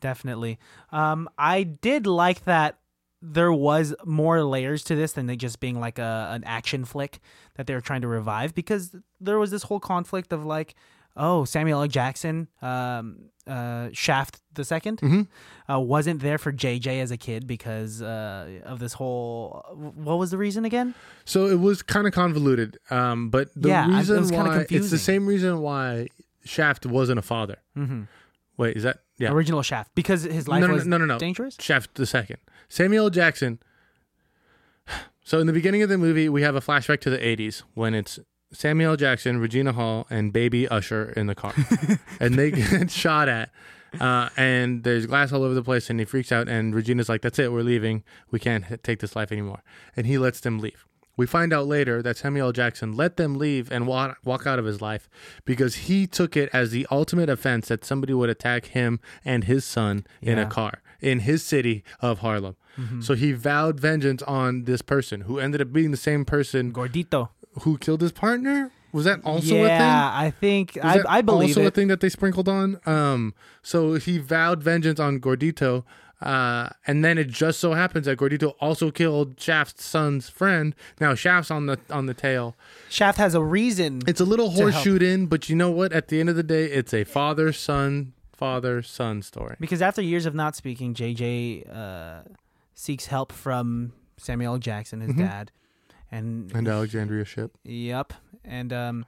[SPEAKER 3] definitely um i did like that there was more layers to this than it just being like a an action flick that they were trying to revive because there was this whole conflict of like oh Samuel L. Jackson um, uh, Shaft the 2nd
[SPEAKER 2] Mm-hmm.
[SPEAKER 3] uh, wasn't there for JJ as a kid because uh, of this whole uh, what was the reason again
[SPEAKER 2] So it was kind of convoluted. Um, but the
[SPEAKER 3] Yeah, I- it
[SPEAKER 2] reason
[SPEAKER 3] was kinda
[SPEAKER 2] why it's the
[SPEAKER 3] confusing.
[SPEAKER 2] same reason why Shaft wasn't a father. Mm-hmm. Wait, is that yeah?
[SPEAKER 3] original Shaft because his
[SPEAKER 2] No,
[SPEAKER 3] life
[SPEAKER 2] no, no,
[SPEAKER 3] was
[SPEAKER 2] no, no, no.
[SPEAKER 3] dangerous
[SPEAKER 2] Shaft the second. Samuel L. Jackson. So in the beginning of the movie, we have a flashback to the '80s when it's Samuel L. Jackson, Regina Hall, and Baby Usher in the car, and they get shot at. Uh, and there's glass all over the place, and he freaks out. And Regina's like, "That's it, we're leaving. We can't h- take this life anymore." And he lets them leave. We find out later that Samuel L. Jackson let them leave and walk, walk out of his life because he took it as the ultimate offense that somebody would attack him and his son in
[SPEAKER 3] Yeah.
[SPEAKER 2] a
[SPEAKER 3] Mm-hmm.
[SPEAKER 2] car in his city of Harlem. So he vowed vengeance on this person who ended up being the same person
[SPEAKER 3] Gordito
[SPEAKER 2] who killed his partner. Was that also a thing?
[SPEAKER 3] yeah I think
[SPEAKER 2] Is
[SPEAKER 3] I,
[SPEAKER 2] that
[SPEAKER 3] I believe
[SPEAKER 2] also a
[SPEAKER 3] it
[SPEAKER 2] thing that they sprinkled on. Um, so he vowed vengeance on Gordito, uh, and then it just so happens that Gordito also killed Shaft's son's friend. Now Shaft's on the on the tail.
[SPEAKER 3] Shaft has a reason
[SPEAKER 2] It's a little
[SPEAKER 3] help.
[SPEAKER 2] horseshoe in, but you know what? At the end of the day, it's a father son father son story.
[SPEAKER 3] Because after years of not speaking, JJ uh, seeks help from Samuel L. Jackson, his dad, and,
[SPEAKER 2] And Alexandria ship.
[SPEAKER 3] yep, and um,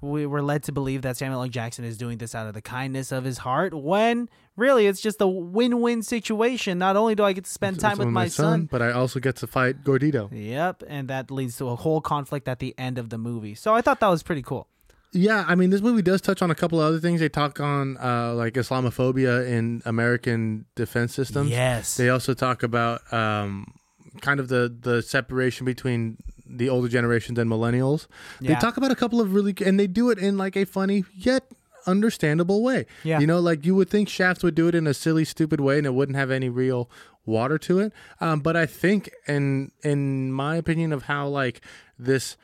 [SPEAKER 3] we were led to believe that Samuel L. Jackson is doing this out of the kindness of his heart. When really, it's just a win-win situation. Not only do I get to spend time with my son,
[SPEAKER 2] but I also get to fight Gordito.
[SPEAKER 3] yep, and that leads to a whole conflict at the end of the movie. So I thought that was pretty cool.
[SPEAKER 2] Yeah, I mean, this movie does touch on a couple of other things. They talk on uh, like Islamophobia in American defense systems.
[SPEAKER 3] Yes.
[SPEAKER 2] They also talk about um, kind of the the separation between the older generations and millennials. They
[SPEAKER 3] Yeah.
[SPEAKER 2] talk about a couple of really, and they do it in like a funny yet understandable way.
[SPEAKER 3] Yeah.
[SPEAKER 2] you know, like you would think Shaft would do it in a silly, stupid way, and it wouldn't have any real water to it. Um, but I think, in in my opinion, of how like this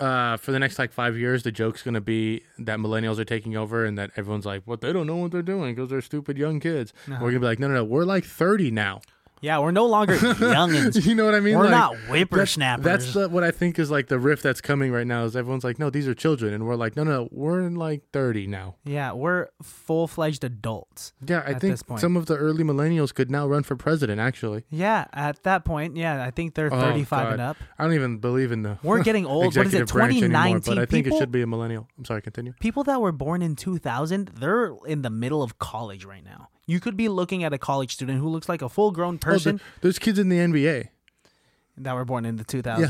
[SPEAKER 2] uh, for the next like five years, the joke's gonna be that millennials are taking over and that everyone's like, "Well, they don't know what they're doing because they're stupid young kids."
[SPEAKER 3] Uh-huh.
[SPEAKER 2] We're gonna be like, "No, no, no, we're like thirty now."
[SPEAKER 3] yeah, we're no longer youngins.
[SPEAKER 2] You know what I mean?
[SPEAKER 3] We're
[SPEAKER 2] Like,
[SPEAKER 3] not
[SPEAKER 2] that's-
[SPEAKER 3] whippersnappers.
[SPEAKER 2] That's the, what I think is like the riff that's coming right now. Is everyone's like, "No, these are children," and we're like, "No, no, no we're in like thirty now."
[SPEAKER 3] yeah, we're full-fledged adults.
[SPEAKER 2] Yeah, I
[SPEAKER 3] At
[SPEAKER 2] think
[SPEAKER 3] this point.
[SPEAKER 2] some of the early millennials could now run for president. Actually,
[SPEAKER 3] Yeah, at that point, yeah, I think they're
[SPEAKER 2] Oh,
[SPEAKER 3] 35 and
[SPEAKER 2] God.
[SPEAKER 3] up.
[SPEAKER 2] I don't even believe in the
[SPEAKER 3] We're getting old. what is it,
[SPEAKER 2] executive branch anymore,
[SPEAKER 3] 2019?
[SPEAKER 2] but I think
[SPEAKER 3] people,
[SPEAKER 2] it should be a millennial. I'm sorry, continue. Oh,
[SPEAKER 3] people that were born in 2000, they're in the middle of college right now. You could be looking at a college student who looks like a full-grown
[SPEAKER 2] Oh,
[SPEAKER 3] person
[SPEAKER 2] there- there's kids in the NBA.
[SPEAKER 3] that were born in the 2000s.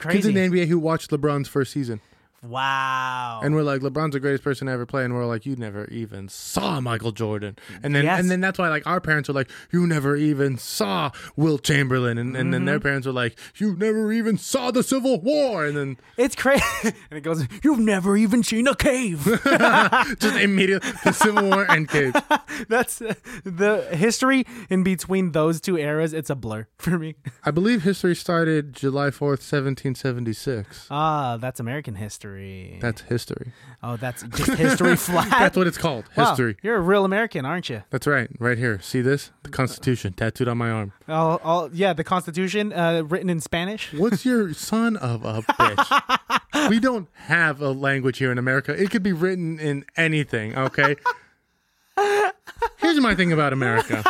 [SPEAKER 2] Kids
[SPEAKER 3] Crazy.
[SPEAKER 2] in the NBA who watched LeBron's first season.
[SPEAKER 3] wow.
[SPEAKER 2] And we're like, LeBron's the greatest person to ever play, and we're like, you never even saw Michael Jordan, and then
[SPEAKER 3] Yes.
[SPEAKER 2] and then that's why like our parents are like, you never even saw Will Chamberlain, and, and then
[SPEAKER 3] Mm-hmm.
[SPEAKER 2] their parents are like, you never even saw the Civil War, and then
[SPEAKER 3] it's crazy. and it goes, "You've never even seen a cave."
[SPEAKER 2] just immediately the Civil War and kids.
[SPEAKER 3] That's the history in between those two eras, it's a blur for me.
[SPEAKER 2] I believe history started July fourth, seventeen seventy six.
[SPEAKER 3] Ah, that's American history.
[SPEAKER 2] That's history.
[SPEAKER 3] oh, that's just history flat.
[SPEAKER 2] That's what it's called.
[SPEAKER 3] Wow,
[SPEAKER 2] History.
[SPEAKER 3] you're a real American, aren't you?
[SPEAKER 2] That's right. Right here. See this? The Constitution tattooed on my arm.
[SPEAKER 3] All, all, yeah, the Constitution uh, written in Spanish.
[SPEAKER 2] What's your son of a bitch? we don't have a language here in America. It could be written in anything, okay? Here's my thing about America.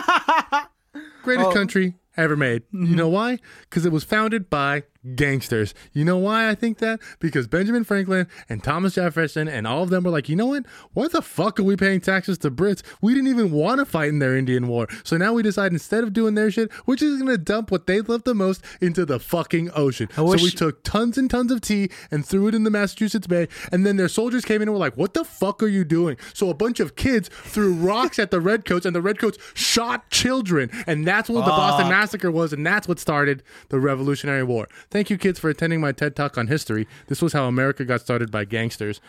[SPEAKER 2] Greatest country ever made. You know why? Because it was founded by gangsters. You know why I think that? Because Benjamin Franklin and Thomas Jefferson and all of them were like, you know what? Why the fuck are we paying taxes to Brits? We didn't even want to fight in their Indian War. So now we decide instead of doing their shit, we're just going to dump what they love the most into the fucking ocean.
[SPEAKER 3] wish-
[SPEAKER 2] so we took tons and tons of tea and threw it in the Massachusetts Bay. And then their soldiers came in and were like, what the fuck are you doing? So a bunch of kids threw rocks at the Redcoats and the Redcoats shot children. And that's what the Boston Massacre was. And that's what started the Revolutionary War. Thank you, kids, for attending my TED Talk on history. This was how America got started by gangsters.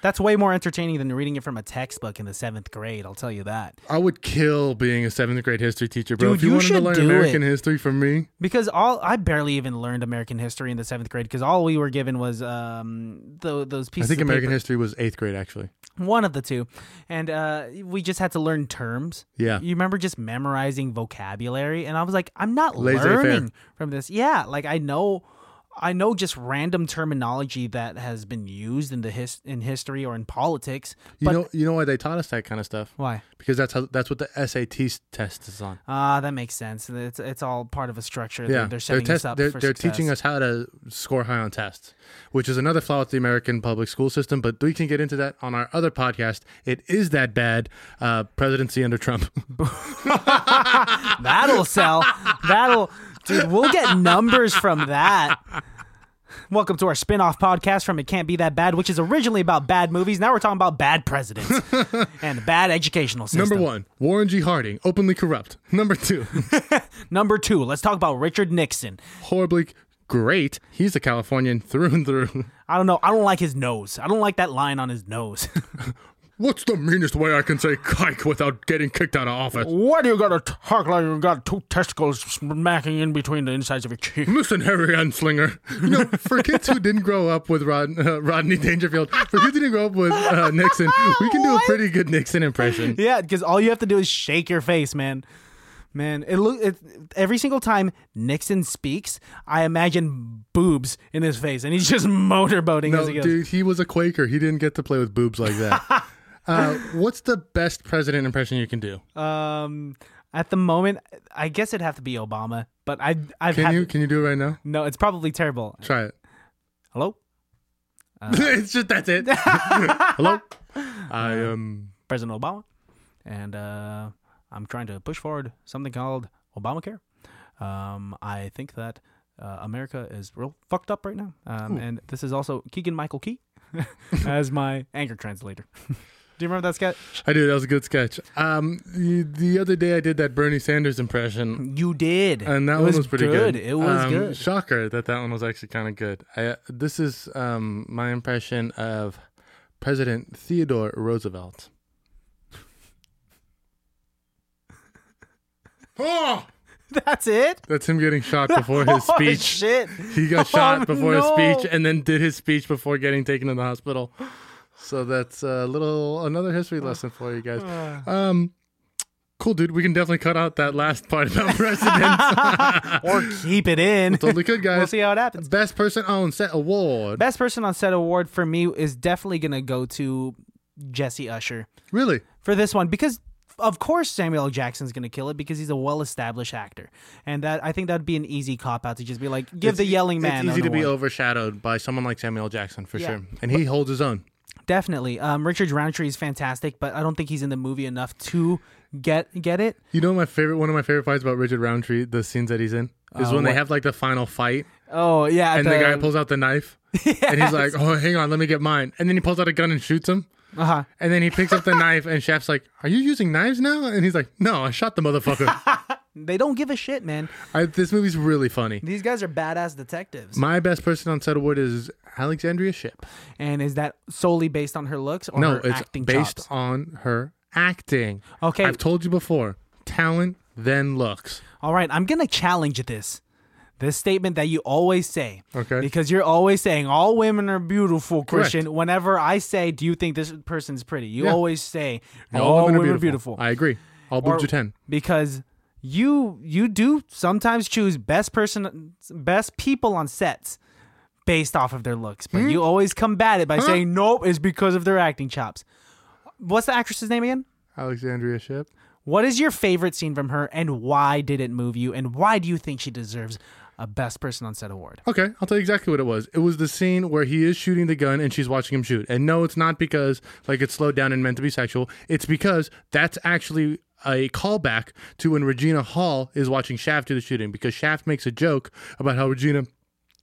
[SPEAKER 3] That's way more entertaining than reading it from a textbook in the seventh grade. I'll tell you that.
[SPEAKER 2] I would kill being a seventh grade history teacher, bro.
[SPEAKER 3] Dude,
[SPEAKER 2] if you,
[SPEAKER 3] you
[SPEAKER 2] wanted to
[SPEAKER 3] should
[SPEAKER 2] learn
[SPEAKER 3] do
[SPEAKER 2] American
[SPEAKER 3] it.
[SPEAKER 2] history from me,
[SPEAKER 3] Because all I barely even learned American history in the seventh grade because all we were given was um tho- those
[SPEAKER 2] I
[SPEAKER 3] pieces.
[SPEAKER 2] think
[SPEAKER 3] of
[SPEAKER 2] American
[SPEAKER 3] paper.
[SPEAKER 2] history was eighth grade, actually.
[SPEAKER 3] one of the two and uh, we just had to learn terms
[SPEAKER 2] Yeah.
[SPEAKER 3] you remember just memorizing vocabulary and i was like i'm not
[SPEAKER 2] Laissez-faire.
[SPEAKER 3] learning from this yeah like i know i know just random terminology that has been used in the his in history or in politics
[SPEAKER 2] You
[SPEAKER 3] but
[SPEAKER 2] know, you know why they taught us that kind of stuff?
[SPEAKER 3] why
[SPEAKER 2] Because that's how that's what the SAT test is on.
[SPEAKER 3] ah that makes sense it's it's all part of a structure
[SPEAKER 2] Yeah,
[SPEAKER 3] they're, they're setting
[SPEAKER 2] test-
[SPEAKER 3] us up
[SPEAKER 2] they're,
[SPEAKER 3] for
[SPEAKER 2] they're
[SPEAKER 3] success.
[SPEAKER 2] teaching us how to score high on tests, which is another flaw with the American public school system. But we can get into that on our other podcast. It is that bad. Uh, presidency under Trump.
[SPEAKER 3] That'll sell. That'll, dude. We'll get numbers from that. Welcome to our spin-off podcast from It Can't Be That Bad, which is originally about bad movies. Now we're talking about bad presidents and the bad educational system.
[SPEAKER 2] Number one, Warren G. Harding, openly corrupt. Number two,
[SPEAKER 3] Number two, let's talk about Richard Nixon.
[SPEAKER 2] horribly great. He's a Californian through and through.
[SPEAKER 3] I don't know. I don't like his nose. I don't like that line on his nose.
[SPEAKER 2] What's the meanest way I can say kike without getting kicked out of office?
[SPEAKER 3] Why do you gotta talk like you got two testicles smacking in between the insides of your cheek?
[SPEAKER 2] Listen, Harry Anslinger. You know, for kids who didn't grow up with Rod, uh, Rodney Dangerfield, for kids who didn't grow up with uh, Nixon, we can do a pretty good Nixon impression.
[SPEAKER 3] Yeah, because all you have to do is shake your face, man. Man, it look it, every single time Nixon speaks, I imagine boobs in his face, and he's just motorboating
[SPEAKER 2] No,
[SPEAKER 3] as he goes.
[SPEAKER 2] dude, he was a Quaker. He didn't get to play with boobs like that. uh, what's the best president impression you can do?
[SPEAKER 3] Um, at the moment, I guess it'd have to be Obama, but I I've
[SPEAKER 2] Can
[SPEAKER 3] had,
[SPEAKER 2] you can you do it right now?
[SPEAKER 3] no, it's probably terrible.
[SPEAKER 2] Try it.
[SPEAKER 3] Hello,
[SPEAKER 2] it's just that's it. Hello, I um, am.
[SPEAKER 3] President Obama, and uh, I'm trying to push forward something called Obamacare. Um, I think that uh, America is real fucked up right now, um,
[SPEAKER 2] Hmm.
[SPEAKER 3] and this is also Keegan Michael Key as my anchor translator. Do you remember that sketch?
[SPEAKER 2] I do. That was a good sketch. Um, the, the other day I did that Bernie Sanders impression.
[SPEAKER 3] You did,
[SPEAKER 2] and that
[SPEAKER 3] It
[SPEAKER 2] one was pretty good.
[SPEAKER 3] It was
[SPEAKER 2] Um,
[SPEAKER 3] good.
[SPEAKER 2] Shocker that that one was actually kind of good. I, uh, this is um, my impression of President Theodore Roosevelt. oh,
[SPEAKER 3] That's it.
[SPEAKER 2] that's him getting shot before his
[SPEAKER 3] Oh,
[SPEAKER 2] speech.
[SPEAKER 3] shit.
[SPEAKER 2] He got shot
[SPEAKER 3] Oh,
[SPEAKER 2] before
[SPEAKER 3] no.
[SPEAKER 2] his speech and then did his speech before getting taken to the hospital. So that's a little another history lesson for you guys.
[SPEAKER 3] Ah.
[SPEAKER 2] Um, cool, dude. We can definitely cut out that last part about presidents.
[SPEAKER 3] or keep it in.
[SPEAKER 2] totally could, guys.
[SPEAKER 3] we'll see how it happens.
[SPEAKER 2] Best person on set award.
[SPEAKER 3] Best person on set award for me is definitely gonna go to Jesse Usher.
[SPEAKER 2] really?
[SPEAKER 3] for this one because of course Samuel L. Jackson's gonna kill it because he's a well-established actor, and that I think that'd be an easy cop out to just be like, give the yelling man.
[SPEAKER 2] It's easy
[SPEAKER 3] an
[SPEAKER 2] to be
[SPEAKER 3] award.
[SPEAKER 2] overshadowed by someone like Samuel L. Jackson for
[SPEAKER 3] Yeah.
[SPEAKER 2] sure, and he holds his own.
[SPEAKER 3] Definitely, um, Richard Roundtree is fantastic, but I don't think he's in the movie enough to get get it.
[SPEAKER 2] You know, my favorite one of my favorite fights about Richard Roundtree, the scenes that he's in, is when they
[SPEAKER 3] Uh, what-
[SPEAKER 2] have like the final fight,
[SPEAKER 3] Oh yeah,
[SPEAKER 2] and the, guy pulls out the knife, and he's like, "Oh, hang on, let me get mine," and then he pulls out a gun and shoots him.
[SPEAKER 3] uh huh.
[SPEAKER 2] And then he picks up the knife, and Shaft's like, "Are you using knives now?" And he's like, "No, I shot the motherfucker."
[SPEAKER 3] They don't give a shit, man.
[SPEAKER 2] I, this movie's really funny.
[SPEAKER 3] These guys are badass detectives.
[SPEAKER 2] My best person on set award is Alexandria Ship.
[SPEAKER 3] And is that solely based on her looks or
[SPEAKER 2] No,
[SPEAKER 3] her
[SPEAKER 2] it's
[SPEAKER 3] acting
[SPEAKER 2] based
[SPEAKER 3] chops?
[SPEAKER 2] on her acting.
[SPEAKER 3] Okay.
[SPEAKER 2] I've told you before, talent then looks.
[SPEAKER 3] All right, I'm gonna challenge this. This statement that you always say.
[SPEAKER 2] Okay.
[SPEAKER 3] Because you're always saying all women are beautiful, Christian. Whenever I say, Do you think this person's pretty? You
[SPEAKER 2] Yeah.
[SPEAKER 3] always say all, women, are Oh, beautiful.
[SPEAKER 2] I agree. All
[SPEAKER 3] Or-
[SPEAKER 2] boobs are ten.
[SPEAKER 3] Because you you do sometimes choose best person best people on sets based off of their looks. But you always combat it by saying, Nope, it's because of their acting chops. What's the actress's name again?
[SPEAKER 2] Alexandria Ship.
[SPEAKER 3] What is your favorite scene from her, and why did it move you? And why do you think she deserves a Best Person on Set award?
[SPEAKER 2] Okay, I'll tell you exactly what it was. It was the scene where he is shooting the gun and she's watching him shoot. And no, it's not because like it's slowed down and meant to be sexual. It's because that's actually a callback to when Regina Hall is watching Shaft do the shooting because Shaft makes a joke about how Regina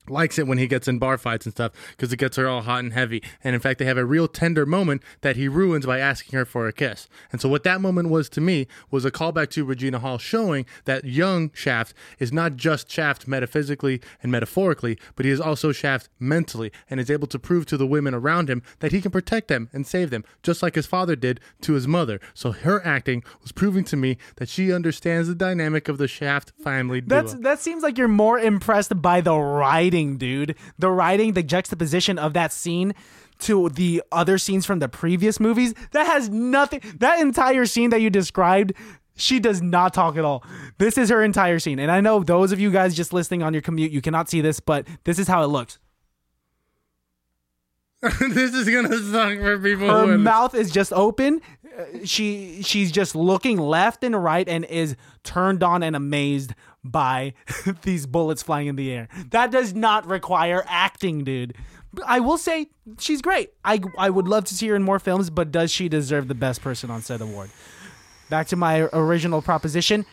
[SPEAKER 2] likes it when he gets in bar fights and stuff because it gets her all hot and heavy. And in fact, they have a real tender moment that he ruins by asking her for a kiss. And so, what that moment was to me was a callback to Regina Hall showing that young Shaft is not just Shaft metaphysically and metaphorically, but he is also Shaft mentally and is able to prove to the women around him that he can protect them and save them, just like his father did to his mother. So, her acting was proving to me that she understands the dynamic of the Shaft family. Duo.
[SPEAKER 3] That's that seems like you're more impressed by the writing, dude. The writing, the juxtaposition of that scene to the other scenes from the previous movies, that has nothing. That entire scene that you described, she does not talk at all. This is her entire scene. And I know those of you guys just listening on your commute, you cannot see this, but this is how it looks.
[SPEAKER 2] this is gonna suck for people.
[SPEAKER 3] her
[SPEAKER 2] who are-
[SPEAKER 3] mouth is just open. Uh, She she's just looking left and right and is turned on and amazed by these bullets flying in the air. That does not require acting, dude. But I will say she's great. I I would love to see her in more films, but does she deserve the best person on set award? Back to my original proposition,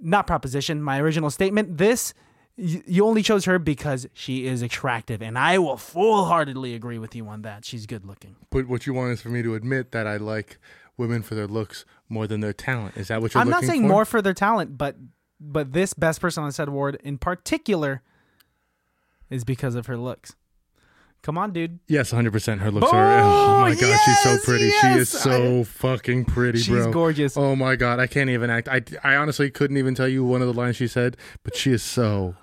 [SPEAKER 3] not proposition, my original statement. This you you only chose her because she is attractive, and I will full heartedly agree with you on that. She's good looking.
[SPEAKER 2] But what you want is for me to admit that I like women for their looks more than their talent. Is that what you're?
[SPEAKER 3] I'm not
[SPEAKER 2] looking
[SPEAKER 3] saying
[SPEAKER 2] for?
[SPEAKER 3] more for their talent, but but this best person on the set award in particular is because of her looks. Come on, dude.
[SPEAKER 2] Yes, 100. percent Her looks are. Oh my god, she's so
[SPEAKER 3] yes,
[SPEAKER 2] pretty. She is
[SPEAKER 3] yes.
[SPEAKER 2] so fucking pretty,
[SPEAKER 3] She's
[SPEAKER 2] bro.
[SPEAKER 3] gorgeous.
[SPEAKER 2] Oh my god, I can't even act. I I honestly couldn't even tell you one of the lines she said, but she is so.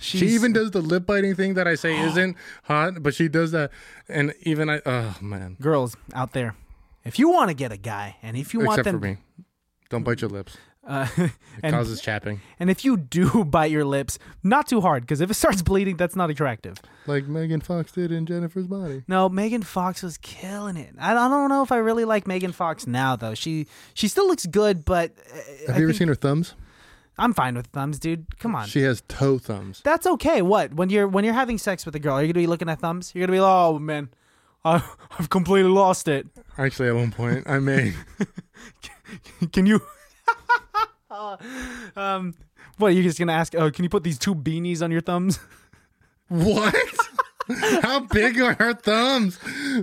[SPEAKER 3] She's,
[SPEAKER 2] She even does the lip biting thing that I say isn't hot, but she does that, and even I. Oh man,
[SPEAKER 3] girls out there. If you want to get a guy, and if you want them,
[SPEAKER 2] except for me, don't bite your lips.
[SPEAKER 3] Uh,
[SPEAKER 2] It
[SPEAKER 3] and
[SPEAKER 2] causes chapping.
[SPEAKER 3] and if you do bite your lips, not too hard, because if it starts bleeding, that's not attractive.
[SPEAKER 2] like Megan Fox did in Jennifer's Body.
[SPEAKER 3] No, Megan Fox was killing it. I, I don't know if I really like Megan Fox now, though. She she still looks good, but uh,
[SPEAKER 2] Have
[SPEAKER 3] I
[SPEAKER 2] you ever
[SPEAKER 3] think-
[SPEAKER 2] seen her thumbs?
[SPEAKER 3] I'm fine with thumbs, dude. Come on.
[SPEAKER 2] She has toe thumbs.
[SPEAKER 3] That's okay. What when you're when you're having sex with a girl, are you gonna be looking at thumbs? You're gonna be like, oh man, I, I've completely lost it.
[SPEAKER 2] Actually, at one point, I may.
[SPEAKER 3] Can you? um, what you're just gonna ask? Oh, can you put these two beanies on your thumbs?
[SPEAKER 2] what? How big are her thumbs?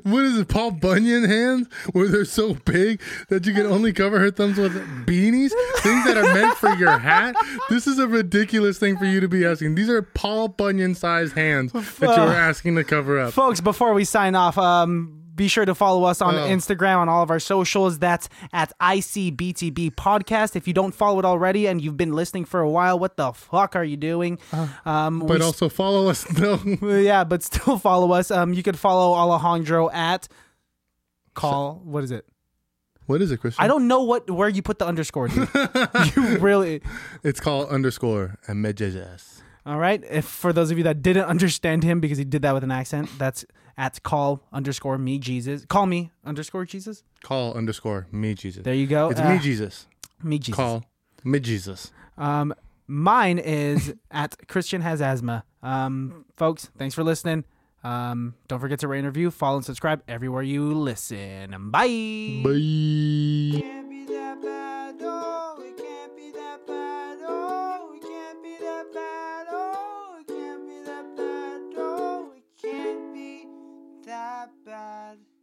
[SPEAKER 2] What is it, Paul Bunyan hands? Where they're so big that you can only cover her thumbs with beanies? Things that are meant for your hat? This is a ridiculous thing for you to be asking. These are Paul Bunyan sized hands that you were asking to cover up.
[SPEAKER 3] Folks, before we sign off, um, be sure to follow us on
[SPEAKER 2] Oh.
[SPEAKER 3] Instagram on all of our socials. That's at ICBTB Podcast. If you don't follow it already and you've been listening for a while, what the fuck are you doing? Um,
[SPEAKER 2] Uh-huh. But
[SPEAKER 3] we
[SPEAKER 2] also follow us. No.
[SPEAKER 3] Well, yeah, but still follow us. Um, you could follow Alejandro at call. What is it?
[SPEAKER 2] What is it, Christian?
[SPEAKER 3] I don't know what where you put the underscore. Dude. you really
[SPEAKER 2] It's called underscore and medjas.
[SPEAKER 3] all right. If for those of you that didn't understand him because he did that with an accent, that's at call underscore me Jesus. Call me underscore Jesus.
[SPEAKER 2] Call underscore me Jesus.
[SPEAKER 3] There you go.
[SPEAKER 2] It's
[SPEAKER 3] Uh,
[SPEAKER 2] me Jesus.
[SPEAKER 3] me Jesus.
[SPEAKER 2] Call me Jesus.
[SPEAKER 3] Um, mine is at Christian has asthma. Um, folks, thanks for listening. Um, don't forget to rate and review, follow and subscribe everywhere you listen. Bye.
[SPEAKER 2] Bye.
[SPEAKER 1] can't be that bad. Oh, it can't be that bad. Oh, it can't be that bad. Oh, it can't be that bad. Oh, it can't be that bad.